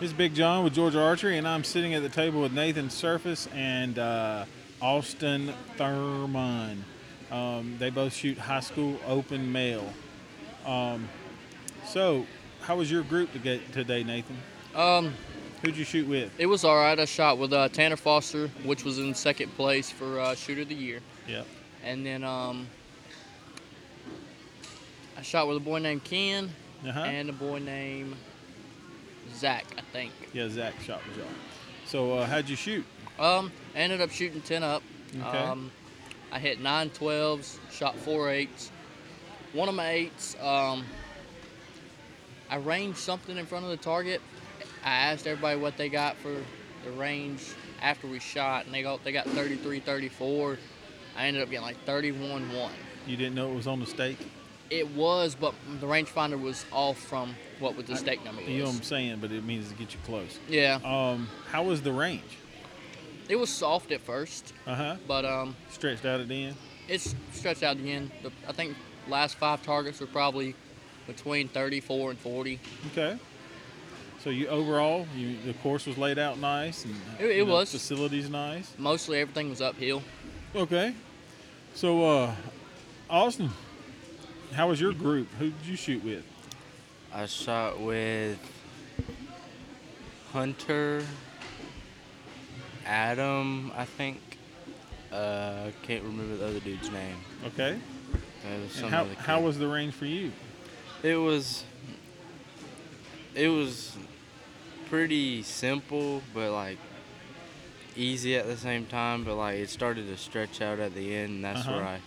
This is Big John with Georgia Archery, and I'm sitting at the table with Nathan Surface and uh, Austin Thurman. Um, they both shoot high school open male. Um, so, how was your group to get today, Nathan? Um, Who'd you shoot with? it was all right. I shot with uh, Tanner Foster, which was in second place for uh, shooter of the year, Yep. and then um, I shot with a boy named Ken Uh-huh. and a boy named Zach, I think. yeah, Zach shot with y'all. So, uh, how'd you shoot? Um, I ended up shooting ten up. Okay. Um, I hit nine twelves, shot four eights. One of my eights, um, I ranged something in front of the target. I asked everybody what they got for the range after we shot, and they got they got 33, 34. I ended up getting like 31 1. You didn't know it was on the stake? It was, but the rangefinder was off from what with the stake number was. You um, know what I'm saying, but it means to get you close. yeah, Um, how was the range? it was soft at first, Uh huh. but um, Stretched out at the end. it's stretched out the end. The, I think last five targets were probably between 34 and 40. Okay. So you overall, you the course was laid out nice, and It- it you know, was. facilities nice. Mostly everything was uphill. Okay. So, uh, Austin, how was your group? Who did you shoot with? I shot with Hunter, Adam, I think. Uh, can't remember the other dude's name. Okay. It was some And how, other how kid. was the range for you? it? Was it was pretty simple, but like easy at the same time. But like it started to stretch out at the end, and that's Uh-huh. where I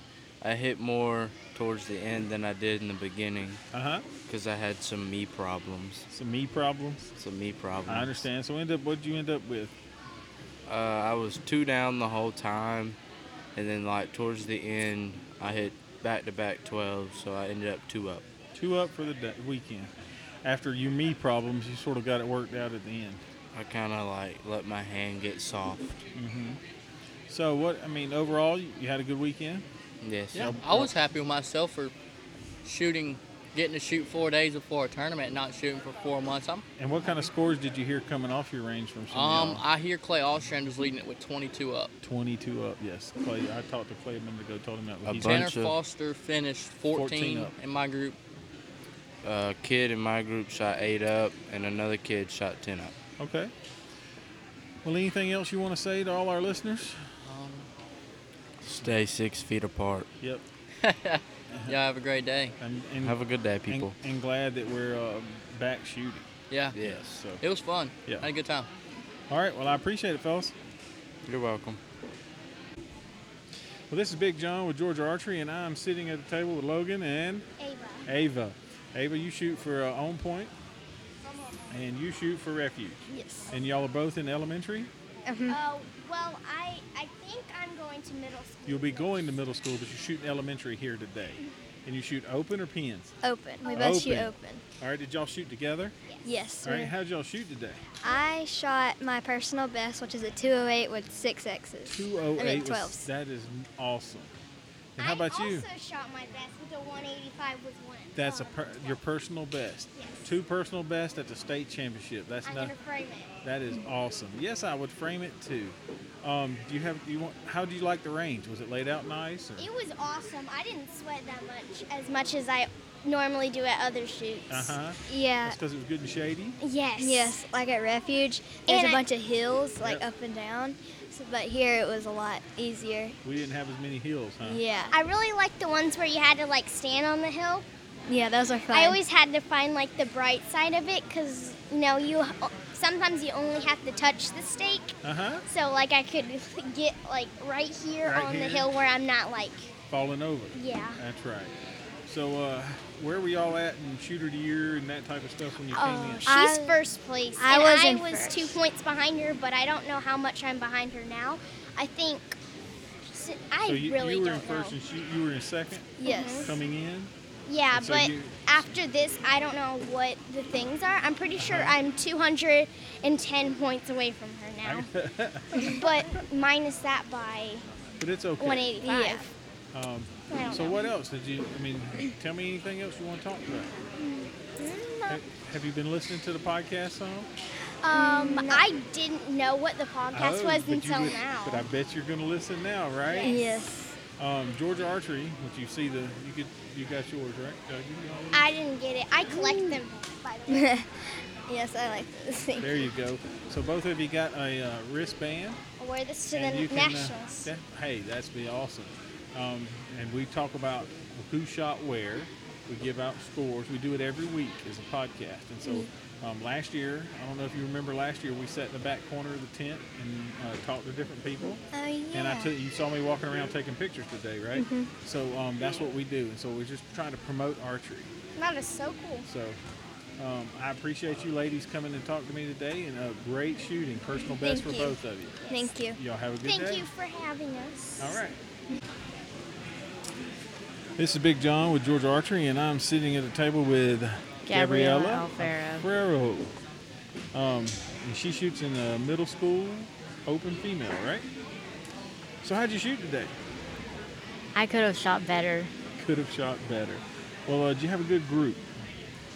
I hit more towards the end than I did in the beginning Uh huh. because I had some me problems. Some me problems. Some me problems. I understand. So, end up what did you end up with? Uh, I was two down the whole time, and then like towards the end, I hit back to back 12, so I ended up two up. Two up for the day, weekend. After you me problems, you sort of got it worked out at the end. I kind of like let my hand get soft. Mm-hmm. So, what I mean overall, you, you had a good weekend. Yes. Yeah, I was happy with myself for shooting, getting to shoot four days before a tournament, not shooting for four months. I'm, And what kind of scores did you hear coming off your range from some of um, y'all? I hear Clay Ostrander's leading it with 22 up. 22 up, yes. Clay, I talked to Clay a minute ago, told him that. A bunch he's- Tanner of- Foster finished 14, 14 up. in my group. A kid in my group shot eight up, and another kid shot 10 up. Okay. Well, anything else you want to say to all our listeners? Um, Stay six feet apart. Yep. yeah, have a great day. And, and, Have a good day, and- people. And, glad that we're uh, back shooting. Yeah, Yes. So. it was fun. Yeah. Had a good time. All right. Well, I appreciate it, fellas. You're welcome. Well, this is Big John with Georgia Archery, and I'm sitting at the table with Logan and Ava. Ava. Ava, you shoot for uh, On Point, and you shoot for Refuge. Yes. And y'all are both in elementary. Mm-hmm. Uh, well, I I think I'm going to middle school. You'll be going to middle school, but you shoot in elementary here today. And you shoot open or pins? Open. We both shoot Open. open. All right, did y'all shoot together? Yes. All right, we- how'd y'all shoot today? I shot my personal best, which is a 208 with six X's. I 208 mean, was- 12s. that oh is awesome. And how about I you? also shot my best with a 185 with one. That's a um, per, your personal best. Yes. Two personal best at the state championship. That's I'm not, gonna frame it. that is awesome. Yes, I would frame it too. Um, do you have you want? How do you like the range? Was it laid out nice? Or? It was awesome. I didn't sweat that much as much as I normally do at other shoots. Uh huh. Yeah. That's because it was good and shady. Yes. Yes. Like at Refuge, there's And a I- bunch of hills, like Yep. up and down. So, but here it was a lot easier. We didn't have as many hills, huh? Yeah. I really like the ones where you had to like stand on the hill. yeah, those are fun. I always had to find like the bright side of it because you know you sometimes you only have to touch the stake. Uh huh. So like I could get like right here Right on here? the hill where I'm not like Falling over. yeah. That's right. So, uh, where were y'all at in shooter of the year and that type of stuff when you came in? Oh, She's I- first place. I and was I in was first. two points behind her, but I don't know how much I'm behind her now. I think s- I so you, really you were don't in first know. and she, you were in second Mm-hmm. Yes. coming in. Yeah, and so but you- after this, I don't know what the things are. I'm pretty sure Uh-huh. I'm 210 points away from her now, but minus that by But it's okay. 185. Yeah. Um, I don't so know. what else did you? I mean, tell me Mm, anything else you want to talk about. Ha- Have you been listening to the podcast at all? Um, I didn't know what the podcast Oh, was but you until did- now. But I bet you're going to listen now, right? Yes. Um, Georgia Archery, which you see the, you could, you got yours, right? Doug, you got all of them? I didn't get it. I collect them, by the way. yes, I like this. Thank There you go. So both of you got a uh, wristband. I wear this to and the you can, uh, nationals. yeah, hey, that's be awesome. Um, and we talk about who shot where. We give out scores. We do it every week as a podcast. And Mm-hmm. so um, last year, I don't know if you remember last year, we sat in the back corner of the tent and uh, talked to different people. Oh yeah. And I took you saw me walking around taking pictures today, right? Mm-hmm. Mm-hmm. So um, that's what we do. And so we're just trying to promote archery. that is so cool. So um, I appreciate you ladies coming and talking to me today, and uh, great shooting, personal best Thank for you. both of you. Thank you. Y'all have a good Thank day. you for having us. All right. This is Big John with George Archery, and I'm sitting at a table with Gabriella Gabriella Alfaro. Alfaro. Um, and she shoots in the middle school open female, right? So how'd you shoot today? I could have shot better. Could have shot better. Well, uh, did you have a good group?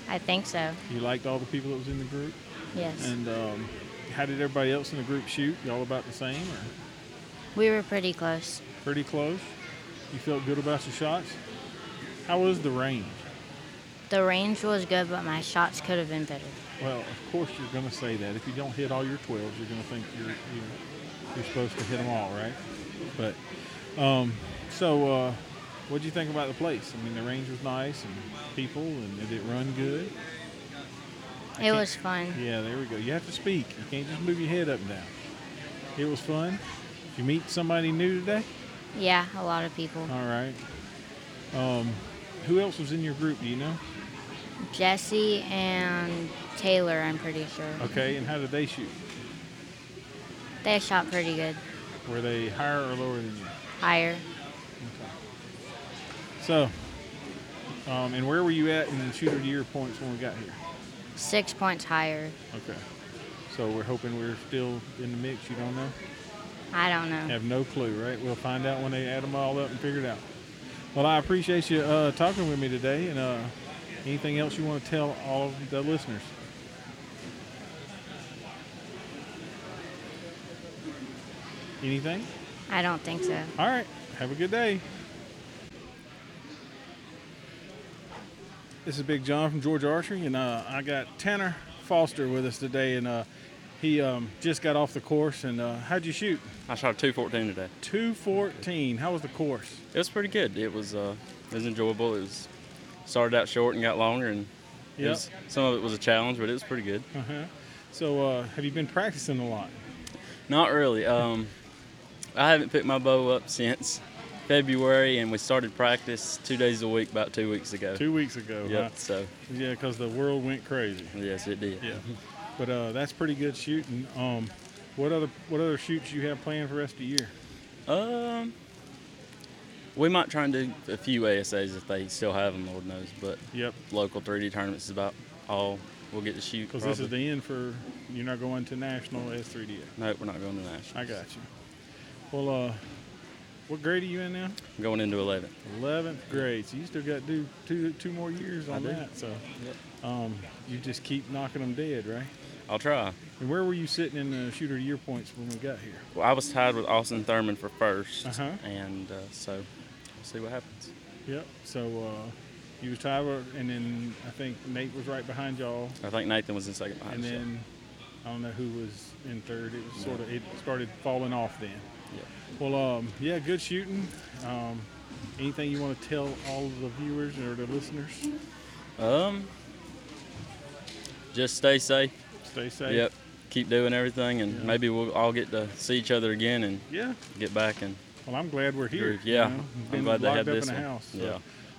I think so. You liked all the people that was in the group, Yes. and um, how did everybody else in the group shoot? Y'all about the same or we were pretty close. pretty close? You felt good about your shots? How was the range? The range was good, but my shots could have been better. Well, of course you're going to say that. If you don't hit all your 12s, you're going to think you're, you're you're supposed to hit them all, right? But um, so, uh, what would you think about the place? I mean, the range was nice, and people, and did it run good? it can't- was fun. Yeah, there we go. You have to speak. You can't just move your head up and down. It was fun. Did you meet somebody new today? Yeah, a lot of people. All right. Um, who else was in your group? Do you know? Jesse and Taylor, I'm pretty sure. Okay, and how did they shoot? They shot pretty good. Were they higher or lower than you? Higher. So, um, and where were you at in the shooter of the year points when we got here? Six points higher. Okay. So we're hoping we're still in the mix. You don't know? I don't know. Have no clue, right? We'll find out when they add them all up and figure it out. Well, I appreciate you uh, talking with me today. And uh, anything else you want to tell all of the listeners? Anything? I don't think so. All right. Have a good day. This is Big John from Georgia Archery, and uh, I got Tanner Foster with us today, and uh, he um, just got off the course. And uh, how'd you shoot? I shot a 214 today. Two fourteen. How was the course? It was pretty good. It was uh, it was enjoyable. It was started out short and got longer, and it Yep. was, some of it was a challenge, but it was pretty good. Uh-huh. So, uh, have you been practicing a lot? Not really. Um, I haven't picked my bow up since February, and we started practice two days a week about two weeks ago. Two weeks ago. Yep. huh? So Yeah, because the world went crazy. yes, it did. Yeah. But uh, that's pretty good shooting. Um, what other what other shoots you have planned for the rest of the year? Um, we might try and do a few ASAs if they still have them, Lord knows. But Yep. local 3D tournaments is about all we'll get to shoot. Because this is probably. the end for you're not going to national S3D. Nope, we're not going to national. I got you. Well, uh, what grade are you in now? I'm going into 11. Eleventh grade. So you still got to do two two more years on do. that. So um, you just keep knocking them dead, right? I'll try. And where were you sitting in the shooter year points when we got here? Well, I was tied with Austin Thurman for 1st Uh-huh. and uh, so we'll see what happens. Yep. So uh, you was Tyler, and then I think Nate was right behind y'all, I think Nathan was in second behind and us. yeah. then I don't know who was in third. It was sort of it started falling off then. Yeah. Well, um, yeah, good shooting. Um, anything you want to tell all of the viewers or the listeners? Um, just stay safe. Stay safe. Yep. Keep doing everything, and Yeah. maybe we'll all get to see each other again and Yeah. get back and Well, I'm glad we're here. groove. Yeah. you know. We've I'm been glad they locked had up this in one. a house. so. Yeah.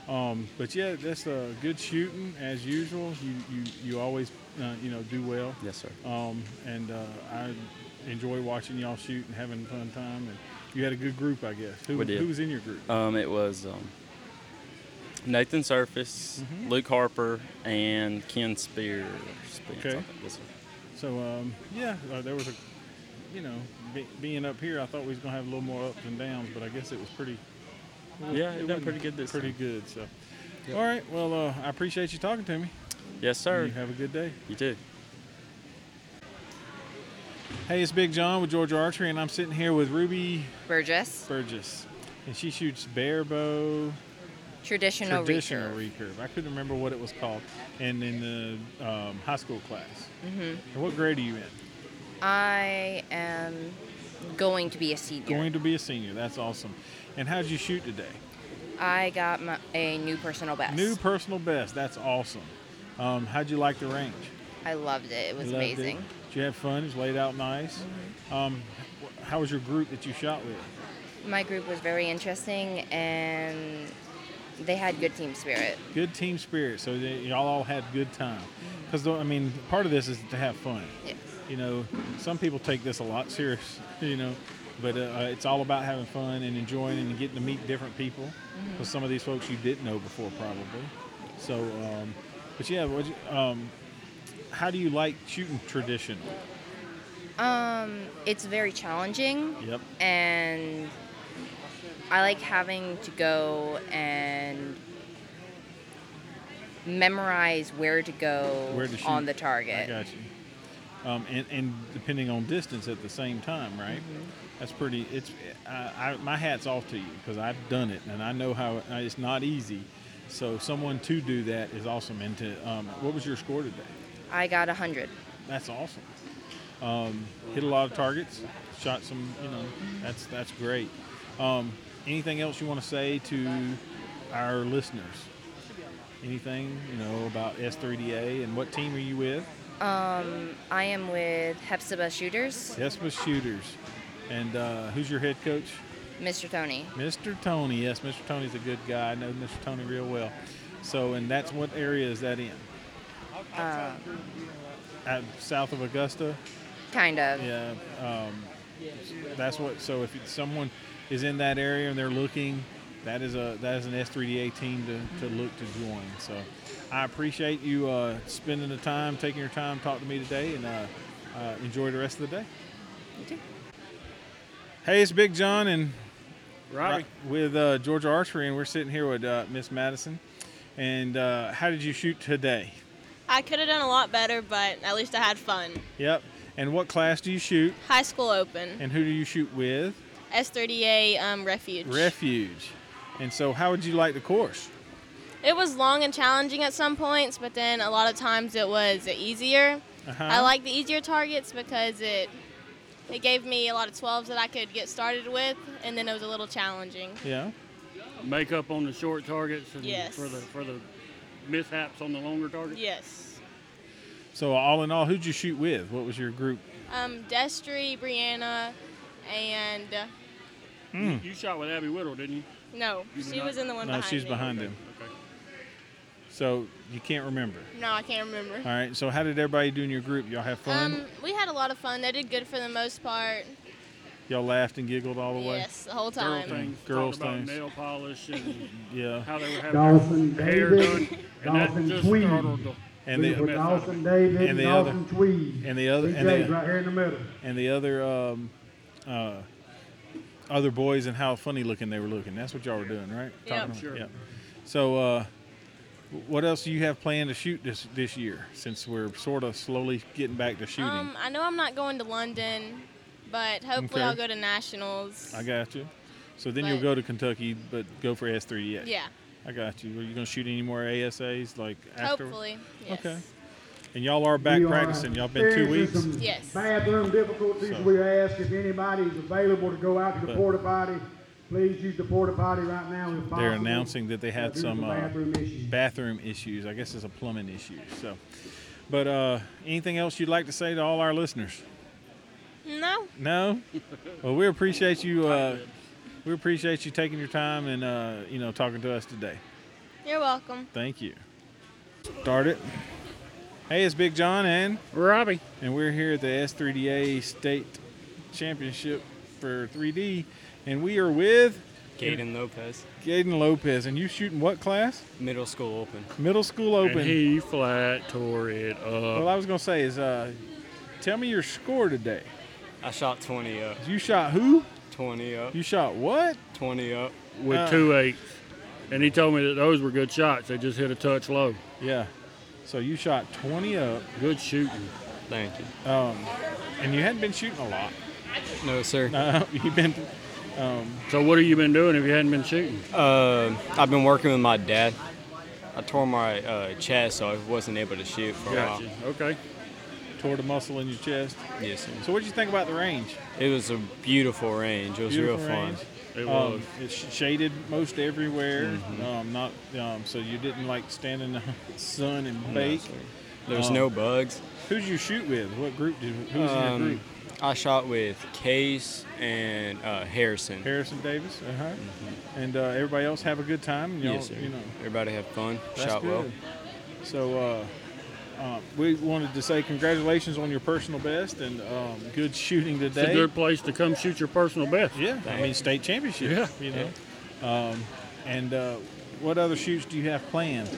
Um, but yeah, that's uh, good shooting as usual. You you you always uh, you know do well. Yes, sir. Um, and uh, I enjoy watching y'all shoot and having a fun time. And you had a good group, I guess. Who, We did. who was in your group? Um, it was um, Nathan Surface, Mm-hmm. Luke Harper, and Ken Spear. Spence, I Okay. think. Yes, sir. So um, yeah, uh, there was a, you know, be, being up here, I thought we was gonna have a little more ups and downs, but I guess it was pretty. Yeah, it done wasn't pretty good this Pretty time. good. So, all right. Well, uh, I appreciate you talking to me. Yes, sir. You have a good day. You too. Hey, it's Big John with Georgia Archery, and I'm sitting here with Ruby Burgess, Burgess, and she shoots bare bow traditional, traditional recurve. recurve. I couldn't remember what it was called, and in the um, high school class. Mm-hmm. And what grade are you in? I am going to be a senior. Going to be a senior. That's awesome. And how'd you shoot today? I got my, a new personal best. New personal best. That's awesome. Um, how'd you like the range? I loved it. It was You loved it? amazing. Mm-hmm. Did you have fun? It was laid out nice. Um, wh- how was your group that you shot with? My group was very interesting and they had good team spirit. Good team spirit. So that y'all all had good time. Because I mean, part of this is to have fun. Yes. You know, some people take this a lot serious. You know, but uh, uh, it's all about having fun and enjoying and getting to meet different people. Because some of these folks you didn't know before, probably. So, um, but yeah, what'd you, um, how do you like shooting traditional? Um, it's very challenging Yep. and I like having to go and memorize where to go Where to shoot. on the I target. got you. Um, and, and depending on distance at the same time, right? That's pretty. It's I, I, my hat's off to you because I've done it and I know how uh, it's not easy. So someone to do that is awesome. And to um, what was your score today? I got 100. That's awesome. Um, hit a lot of targets, shot some. You know, that's that's great. Um, anything else you want to say to our listeners? Anything you know about S3DA and what team are you with? Um, I am with Hepzibah Shooters, Yes, with shooters. And uh, who's your head coach? Mr. Tony. Mr. Tony. Yes, Mr. Tony's a good guy. I know Mr. Tony real well. So, and that's what area is that in? Uh, At south of Augusta. Kind of. Yeah. Um, that's what. So, if it's someone is in that area and they're looking, that is a that is an S3DA team to, to look to join. So, I appreciate you uh, spending the time, taking your time, to talk to me today, and uh, uh, enjoy the rest of the day. Hey, it's Big John and Robbie. Ri- with uh, Georgia Archery, and we're sitting here with uh, Miss Madison. And uh, how did you shoot today? I could have done a lot better, but at least I had fun. Yep. And what class do you shoot? High school open, And who do you shoot with? S30A um, refuge. Refuge. And so, how would you like the course? it was long and challenging at some points, but then a lot of times it was easier. Uh-huh. I like the easier targets because it it gave me a lot of 12s that I could get started with, and then it was a little challenging. Yeah. Make up on the short targets and Yes. for the for the mishaps on the longer targets. Yes. So, all in all, who'd you shoot with? What was your group? Um, Destry, Brianna, and uh, You shot with Abby Whittle, didn't you? no, You do she not- was in the one No, behind she's me. uh, behind him. Okay. So, you can't remember. No, I can't remember. All right. So, how did everybody do in your group? Y'all have fun? Um, we had a lot of fun. They did good for the most part. Y'all laughed and giggled all the way? Yes, the whole Girl time. things. Girls talked Mm. things. About nail polish and Yeah. how they were having Dawson their hair David, done. And that Dawson just Tweed. startled the And the, Who- With Dawson David And and the Dawson other- Tweed. and the other- and TJ's the- right here in the middle. and the other um, uh, other boys and how funny looking they were looking. That's what y'all were doing, right? Yeah. Talking about- Sure. yeah. So, uh, what else do you have planned to shoot this this year? Since we're sort of slowly getting back to shooting, Um, I know I'm not going to London, but hopefully Okay. I'll go to nationals. I got you. So then you'll but- go to Kentucky, but go for S three yet. Yeah, I got you. Are you gonna shoot any more ASAs like after? hopefully. Yes. Okay. And y'all are back We are practicing. Y'all been two experiencing weeks. some Yes. Bathroom difficulties. So- We ask if anybody is available to go out to the But- porta potty. Please use the porta potty right now if possible. They're announcing that they Uh, had due to some uh, bathroom issues. bathroom issues. I guess it's a plumbing issue. So, but uh, anything else you'd like to say to all our listeners? No, No. Well, we appreciate you. Uh, we appreciate you taking your time and uh, you know talking to us today. you're welcome. Thank you. Start it. Hey, it's Big John and Robbie. and we're here at the S3DA State Championship for 3D, and we are with Caden Lopez, Gaden Lopez. And you shooting what class? middle school open. Middle school open. And he flat tore it up. Well, I was gonna say is, uh, tell me your score today. I shot 20 up, You shot who? 20 up, You shot what? 20 up. with Uh, two eights. And he told me that those were good shots. They just hit a touch low. Yeah. So you shot 20 up. Good shooting. Thank you. Um, And you hadn't been shooting a lot. No, sir. you've Uh, been. Um, so what have you been doing if you hadn't been shooting? Uh, I've been working with my dad. I tore my uh, chest, so I wasn't able to shoot for a Gotcha. while. Okay. Toward a muscle in your chest. Yes, sir. So what did you think about the range? It was a beautiful range. It was real Beautiful range. fun. Um, It's sh- shaded most everywhere. Mm-hmm. Um, not um, so you didn't like stand in the sun and No, bake. Um, sir. There was no bugs. Who'd you shoot with? What group did? Who's in Um, your group? I shot with Case and uh, Harrison. Harrison Davis. Uh-huh. And uh, everybody else have a good time. Y'all, Mm-hmm. Yes, sir. You know, Everybody have fun. That's shot well. good. So uh, uh, we wanted to say congratulations on your personal best and um, good shooting It's today. a good place to come shoot your personal best. Yeah, I mean state championship. Yeah. you know. Um, and uh, what other shoots do you have planned?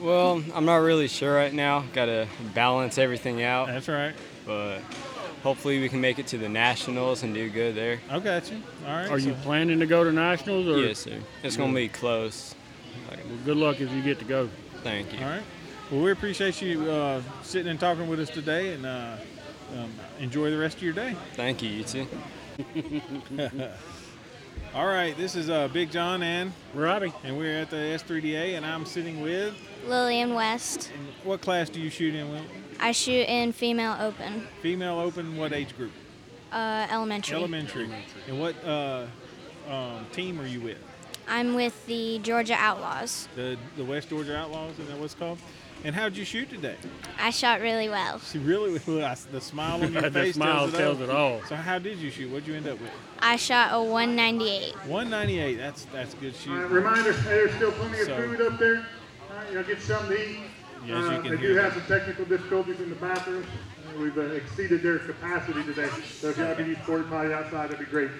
Well, I'm not really sure right now. Got to balance everything out. That's right. But hopefully we can make it to the nationals and do good there. I got you. All right. Are you so- planning to go to nationals? Or? Yes, sir. It's gonna be close. Well, good luck if you get to go. Thank you. All right. Well, we appreciate you uh, sitting and talking with us today, and uh, um, enjoy the rest of your day. Thank you, you too. All right. This is uh, Big John and Robbie, and we're at the S3DA, and I'm sitting with. Lillian West. What class do you shoot in? Will? I shoot in female open, Female open. What age group? uh, elementary. Elementary. And what uh, um, team are you with? I'm with the Georgia Outlaws. The the West Georgia Outlaws, is that what's called? And how'd you shoot today? I shot really well. She really the smile on your The face smile tells, it, tells it all. So how did you shoot? What'd you end up with? I shot a 198. 198. That's that's good shooting. Uh, reminder, there's still plenty of So- food up there. Uh, you know, get something to eat. Yeah, as you Uh, can they hear do that. have some technical difficulties in the bathrooms. Uh, we've uh, exceeded their capacity today. So if y'all could use porta potty outside, that'd be great.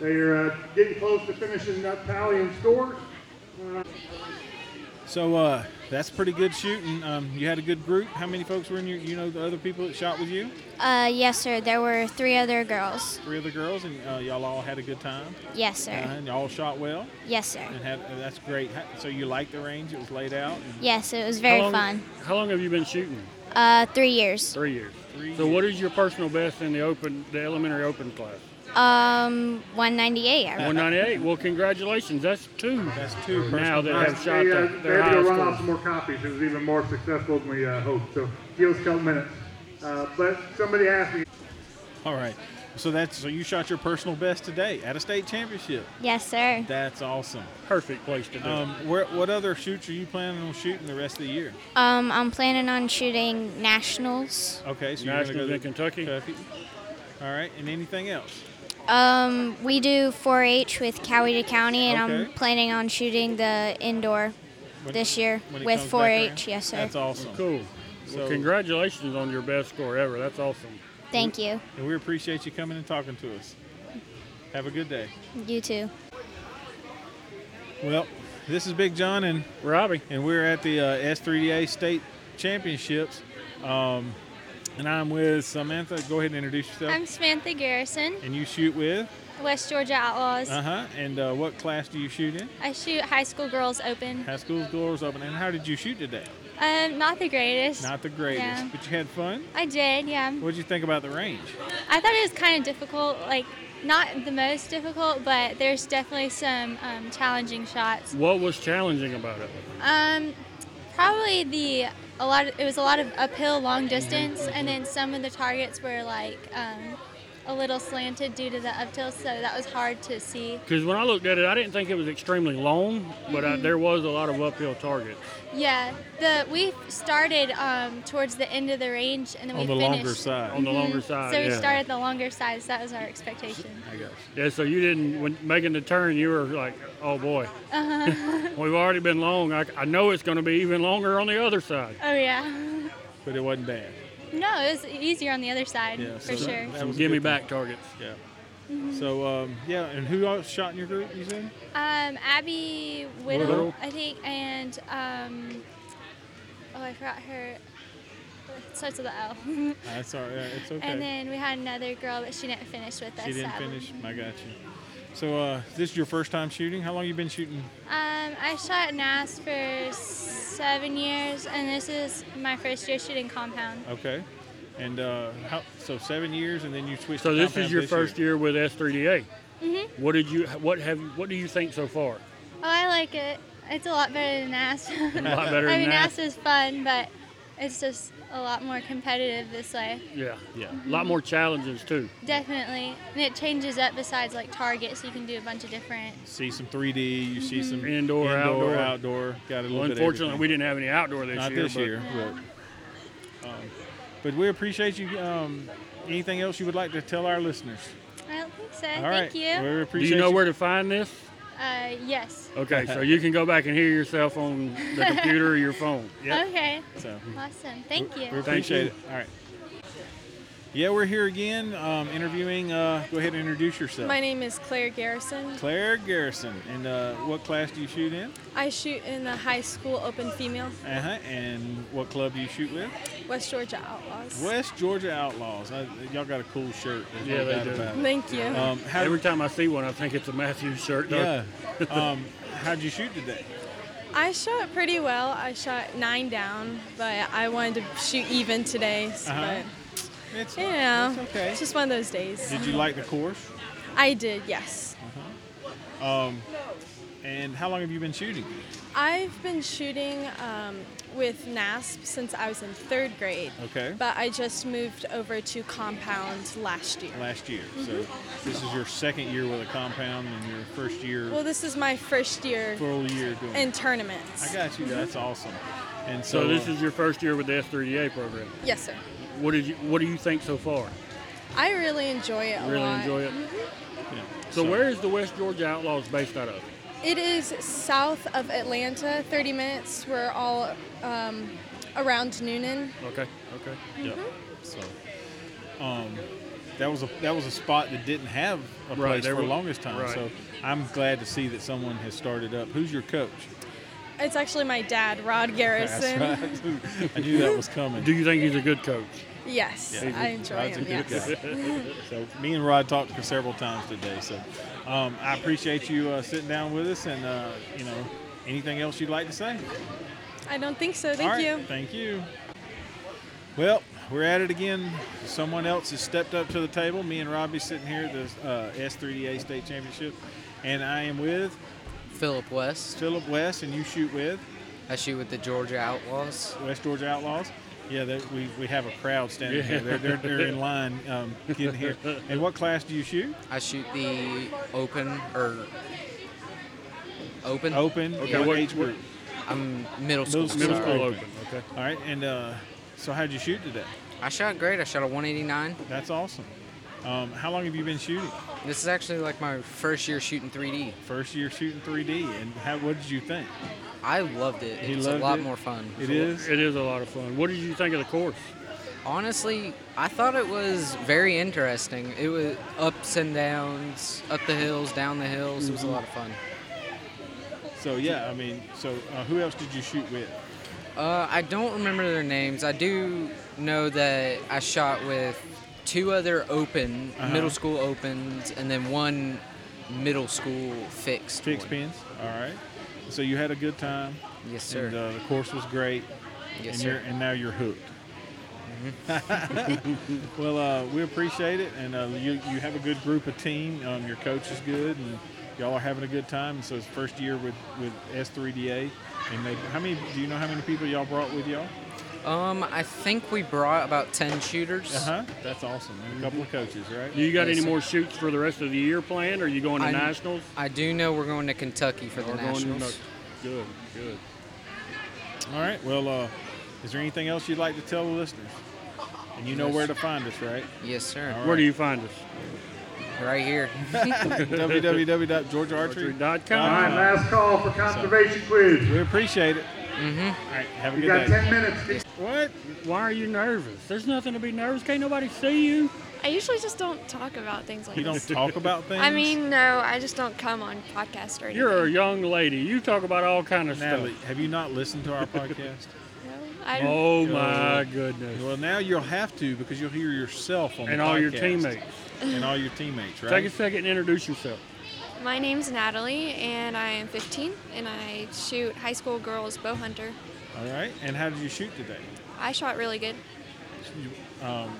They're uh, getting close to finishing up tallying scores. Uh, So uh, that's pretty good shooting. Um, you had a good group. How many folks were in your? You know the other people that shot with you? Uh, yes, sir. There were three other girls. Three other girls, and uh, y'all all had a good time. Yes, sir. Uh, and y'all shot well. Yes, sir. And had uh, that's great. Ha- So you liked the range? It was laid out. and- Yes, it was very how long, fun. How long have you been shooting? Uh, three years. Three years. so what is your personal best in the open, the elementary open class? Um, 198. I 198. Well, congratulations. That's two. That's two. Now they uh, have shot they, uh, their, They're able their to highest run off scores. some more copies. It was even more successful than we uh, hoped. So give us a couple minutes. Uh, but somebody asked me. All right. So that's so you shot your personal best today at a state championship. Yes, sir. That's awesome. Perfect place to do it. Um, where, what other shoots are you planning on shooting the rest of the year? Um, I'm planning on shooting nationals. Okay, so you're going to go Nationals to in Kentucky. All right, and anything else? Um, we do 4-H with Coweta County, and I'm Okay. planning on shooting the indoor When- this year when it with comes back around? 4-H. Yes, sir. That's awesome. Cool. So- well, congratulations on your best score ever. That's awesome. Thank you. And we appreciate you coming and talking to us. Have a good day. You too. Well, this is Big John and Robbie, and we're at the uh, S3DA State Championships, um, and I'm with Samantha. Go ahead and introduce yourself. I'm Samantha Garrison, and you shoot with? West Georgia Outlaws. Uh huh. And uh, what class do you shoot in? I shoot high school girls open. High school's doors open. And how did you shoot today? Um, not the greatest. Not the greatest, Yeah. but you had fun. I did, yeah. What did you think about the range? I thought it was kind of difficult, like not the most difficult, but there's definitely some um, challenging shots. What was challenging about it? Um, probably the a lot. Of, it was a lot of uphill, long distance, and then some of the targets were like um, a little slanted due to the uphill, so that was hard to see. Because when I looked at it, I didn't think it was extremely long, but I, Mhm. there was a lot of uphill targets. Yeah, the we started um, towards the end of the range, and then we finished On the Mhm. longer side. So we yeah. started the longer side. So that was our expectation. I guess. Yeah, so you didn't, when making the turn, you were like, oh boy, Uh-huh. we've already been long. I, I know it's going to be even longer on the other side. oh yeah. But it wasn't bad. No, it was easier on the other side Yeah, for so- sure. Mm-hmm. That Some was a give me good thing. back targets. Yeah. So um, yeah, and who else shot in your group? You said? Um, Abby Whittle, Whittle. I think, and um, oh, I forgot her. It starts with the L. That's all right. Uh, It's okay. And then we had another girl, but she didn't finish with us. she didn't sadly. finish. I got you. So uh, this is your first time shooting. How long you been shooting? Um, I shot NAS for seven years, and this is my first year shooting compound. Okay. And uh, how, so seven years, and then you switched. So to this compound is your this first year with S3DA. Mhm. What did you? What have? What do you think so far? Oh, I like it. It's a lot better than NASA. A lot better I mean, than NASA. NASA's fun, but it's just a lot more competitive this way. Yeah, yeah. A lot more challenges too. Definitely. And it changes up besides like target, so you can do a bunch of different. See some 3D. You see some Indoor, indoor, outdoor. outdoor. Got a little Well, bit of unfortunately, everything. we didn't have any outdoor this Not year. this but- year, but, um, but we appreciate you. Um, anything else you would like to tell our listeners? I don't think so. All Thank right. you. We Do appreciate you know where to find this? Uh, yes. Okay, so you can go back and hear yourself on the computer or your phone. Okay. So. Awesome. Thank you. We appreciate it. All right. Yeah, we're here again um, interviewing. Uh, go ahead and introduce yourself. My name is Claire Garrison. Claire Garrison. And uh, what class do you shoot in? I shoot in the high school open female, Uh huh. And what club do you shoot with? West Georgia Outlaws. West Georgia Outlaws. I, y'all got a cool shirt. There's no Yeah, they doubt do. about it. Thank you. Um, how- Every time I see one, I think it's a Matthews shirt. Yeah. though. um, how'd you shoot today? I shot pretty well. I shot nine down, but I wanted to shoot even today. s- Uh-huh. But it's, you know, it's okay. It's just one of those days. Did you like the course? I did. Yes. Uh-huh. Um, and how long have you been shooting? I've been shooting um, with NASP since I was in third grade. Okay. But I just moved over to Compound last year. Last year. So Mhm. this is your second year with a compound and your first year, Well, this is my first year full year doing. in tournaments. I got you. That's awesome. And so, So this uh, is your first year with the S3DA program. Yes, sir. What did you? What do you think so far? I really enjoy it a Really lot. enjoy it? Mhm. So, where is the West Georgia Outlaws based out of? It is south of Atlanta, 30 minutes. We're all um, around Noonan. Okay. Okay. uh, Yeah. So, um, that was a that was a spot that didn't have a Right, place they for the were- longest time. right. So I'm glad to see that someone has started up. Who's your coach? It's actually my dad, Rod Garrison. That's right. I knew that was coming. Do you think he's a good coach? Yes, Yeah. I enjoy Rod's a him. good Yes. guy. so me and Rod talked several times today. So um, I appreciate you uh, sitting down with us, and uh, you know, anything else you'd like to say? I don't think so. Thank All right, you. Thank you. Well, we're at it again. Someone else has stepped up to the table. Me and Robbie sitting here at the uh, S3DA State Championship, and I am with Philip West. Philip West, and you shoot with I shoot with the Georgia Outlaws. West Georgia Outlaws. Yeah, they, we, we have a crowd standing Yeah. here. They're, they're, they're in line um, getting here. And what class do you shoot? I shoot the open or open. Open. Okay, what age group? I'm middle school. sorry. Okay. All right. And uh, so, how'd you shoot today? I shot great. I shot a 189. That's awesome. Um, how long have you been shooting? This is actually like my first year shooting 3D. First year shooting 3D, and how, what did you think? I loved it. He it's loved a lot it? more fun. It is? It is a lot of fun. What did you think of the course? Honestly, I thought it was very interesting. It was ups and downs, up the hills, down the hills. It was a Mhm. lot of fun. So yeah, I mean, so uh, who else did you shoot with? Uh, I don't remember their names. I do know that I shot with two other open Uh-huh. middle school opens, and then one middle school fixed. Fixed one. pins. All right. So you had a good time. Yes, sir. And, uh, the course was great. Yes, and sir. You're, and now you're hooked. Mm-hmm. well, uh, we appreciate it, and uh, you you have a good group of team. Um, your coach is good, and y'all are having a good time. So it's first year with with S3DA, and they, how many? Do you know how many people y'all brought with y'all? Um, I think we brought about ten shooters. Uh huh. That's awesome. And a couple of coaches, right? Do you got Yes, any sir. more shoots for the rest of the year planned? Are you going to I- nationals? I do know we're going to Kentucky for the We're going to nationals. Good, good. All right. Well, uh, is there anything else you'd like to tell the listeners? And you know Yes. where to find us, right? Yes, sir. All Where do right. you find us? Right here. www.georgearchery.com. All right, last call for conservation quiz. We appreciate it. Mm-hmm. All right. Have a You good got day. 10 minutes. What? Why are you nervous? There's nothing to be nervous. Can't nobody see you. I usually just don't talk about things like You this. don't talk about I things? mean, no, I just don't come on podcasts or anything. You're a young lady. You talk about all kind of Natalie, stuff. have you not listened to our podcast? I don't- Oh my Uh, goodness! Well, now you'll have to because you'll hear yourself on the And all your podcast. teammates. and all your teammates, right? Take a second and introduce yourself. My name's Natalie, and I am 15, and I shoot high school girls bow hunter. All right. And how did you shoot today? I shot really good. you, um,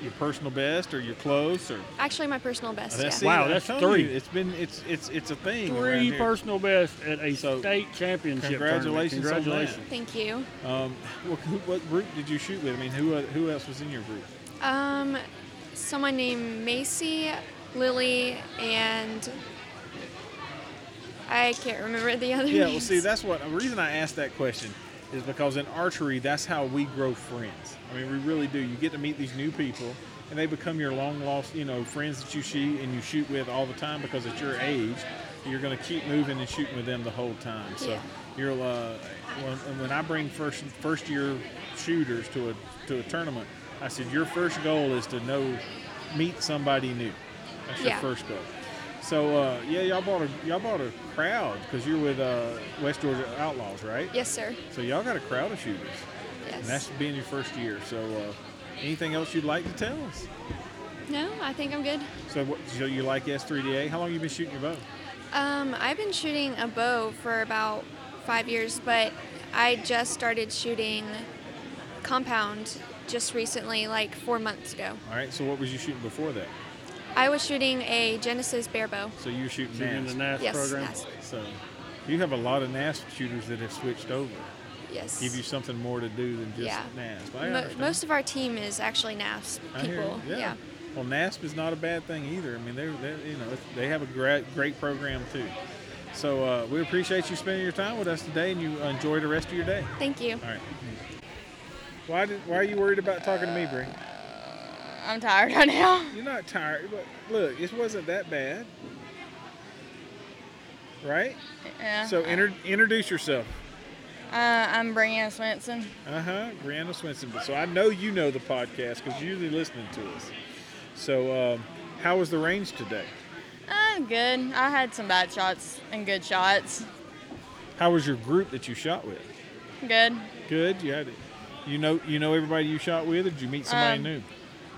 your personal best or your close or Actually, my personal best. That's- Yeah. see, Wow, I'm that's telling three. you, it's been it's it's it's a thing. around Three here. personal best at a So, state championship. congratulations on that. Tournament. Congratulations. Thank you. Um, what, who, what group did you shoot with? I mean, who uh, who else was in your group? Um, someone named Macy, Lily, and I can't remember the other. Yeah, well, names. see, that's what the reason I asked that question is because in archery, that's how we grow friends. I mean, we really do. You get to meet these new people, and they become your long lost, you know, friends that you shoot and you shoot with all the time because at your age, you're going to keep moving and shooting with them the whole time. So Yeah. you'll uh, when, and when I bring first first year shooters to a to a tournament, I said your first goal is to know meet somebody new. That's your Yeah. first goal. So uh, yeah, y'all bought a y'all bought a crowd because you're with uh, West Georgia Outlaws, right? Yes, sir. So y'all got a crowd of shooters. Yes. And that's being your first year. So uh, anything else you'd like to tell us? No, I think I'm good. So what, so you like S3DA? How long you been shooting your bow? Um, I've been shooting a bow for about five years, but I just started shooting compound just recently, like four months ago. All right. So what was you shooting before that? I was shooting a Genesis bear bow. So you were shooting Shooting NASP. in the NASP Yes, program? NASP. So you have a lot of NASP shooters that have switched over. Yes. Give you something more to do than just yeah. NASP. I Mo- understand. most of our team is actually NAFS I hear people. you. yeah. Well, NASP is not a bad thing either. I mean, they're, they're you know it's- they have a great great program too. So uh, we appreciate you spending your time with us today, and you enjoy the rest of your day. Thank you. All right. Why did, why are you worried about talking to me, Bree? I'm tired right now. You're not tired, but look, it wasn't that bad, right? Uh-huh. Yeah. So inter- introduce yourself. uh, I'm Brianna Swenson. Uh huh. Brianna Swenson. So I know you know the podcast because you're usually listening to us. So um, how was the range today? Uh, good. I had some bad shots and good shots. How was your group that you shot with? Good. Good. You had, you know, you know everybody you shot with, or did you meet somebody Um, new?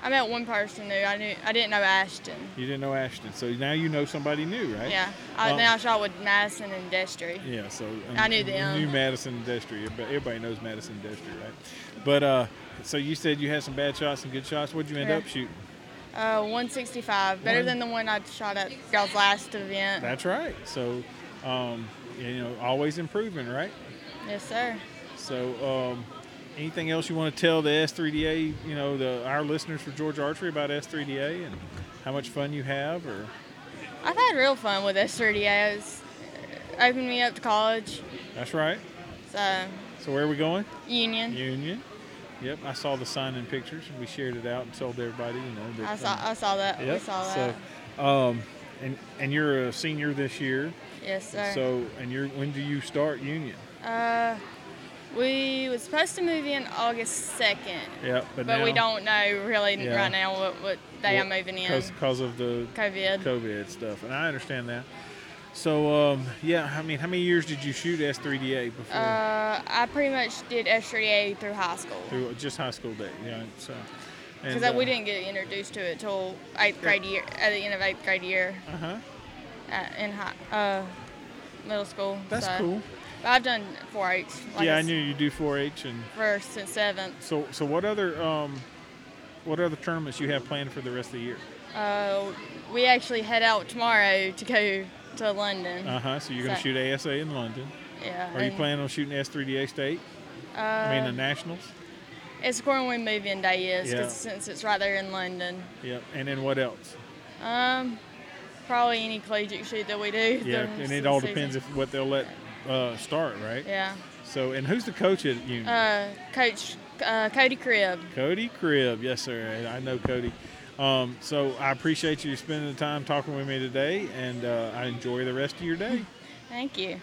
I met one person new. I knew I didn't know Ashton. You didn't know Ashton, so now you know somebody new, right? Yeah. I, Um, then I shot with Madison and Destry. Yeah, so I knew you them. Knew Madison and Destry. Everybody, everybody knows Madison and Destry, right? But uh, so you said you had some bad shots and good shots. What'd you end Yeah. up shooting? Uh, 165. Better One- than the one I shot at y'all's last event. That's right. So, um, you know, always improving, right? Yes, sir. So, um, anything else you want to tell the S3DA, you know, the our listeners for George Archery about S3DA and how much fun you have, or I've had real fun with S3DA. It's opened me up to college. that's right. So, So where are we going? Union. Union. Yep, I saw the sign in pictures and we shared it out and told everybody, you know. That, I saw- I saw that. We saw that. So, um, and and you're a senior this year. Yes, sir. So and you're when do you start union? Uh, we was supposed to move in August 2nd. Yeah, but But, we now- don't know really Yeah. right now what, what day I'm moving in. because of the COVID. COVID stuff, and I understand that. So um, yeah, I mean, how many years did you shoot S3DA before? Uh, I pretty much did S3DA through high school. through just high school day, yeah. So and, Because we uh, didn't get introduced to it till eighth grade year, at the end of eighth grade year. Uh-huh. At, in high, uh, middle school. That's so. cool. But I've done 4-H. Like yeah, I I knew you do 4-H and First and seventh. so so what other um, what other tournaments you have planned for the rest of the year? Uh, we actually head out tomorrow to go to London. Uh huh. So you're going to shoot ASA in London. Mm-hmm. Yeah, Are you and- planning on shooting S3DA state? Uh, I mean the nationals. It's according when move-in day is, 'cause Yeah. since it's right there in London. Yep. And then what else? Um, probably any collegiate shoot that we do. Yeah. during And the it all season. depends if what they'll let uh, start, right? Yeah. So and who's the coach at Union? Uh, Coach uh, Cody Cribb. Cody Cribb, yes sir. And I know Cody. Um, so I appreciate you spending the time talking with me today, and uh, I enjoy the rest of your day. Thank you.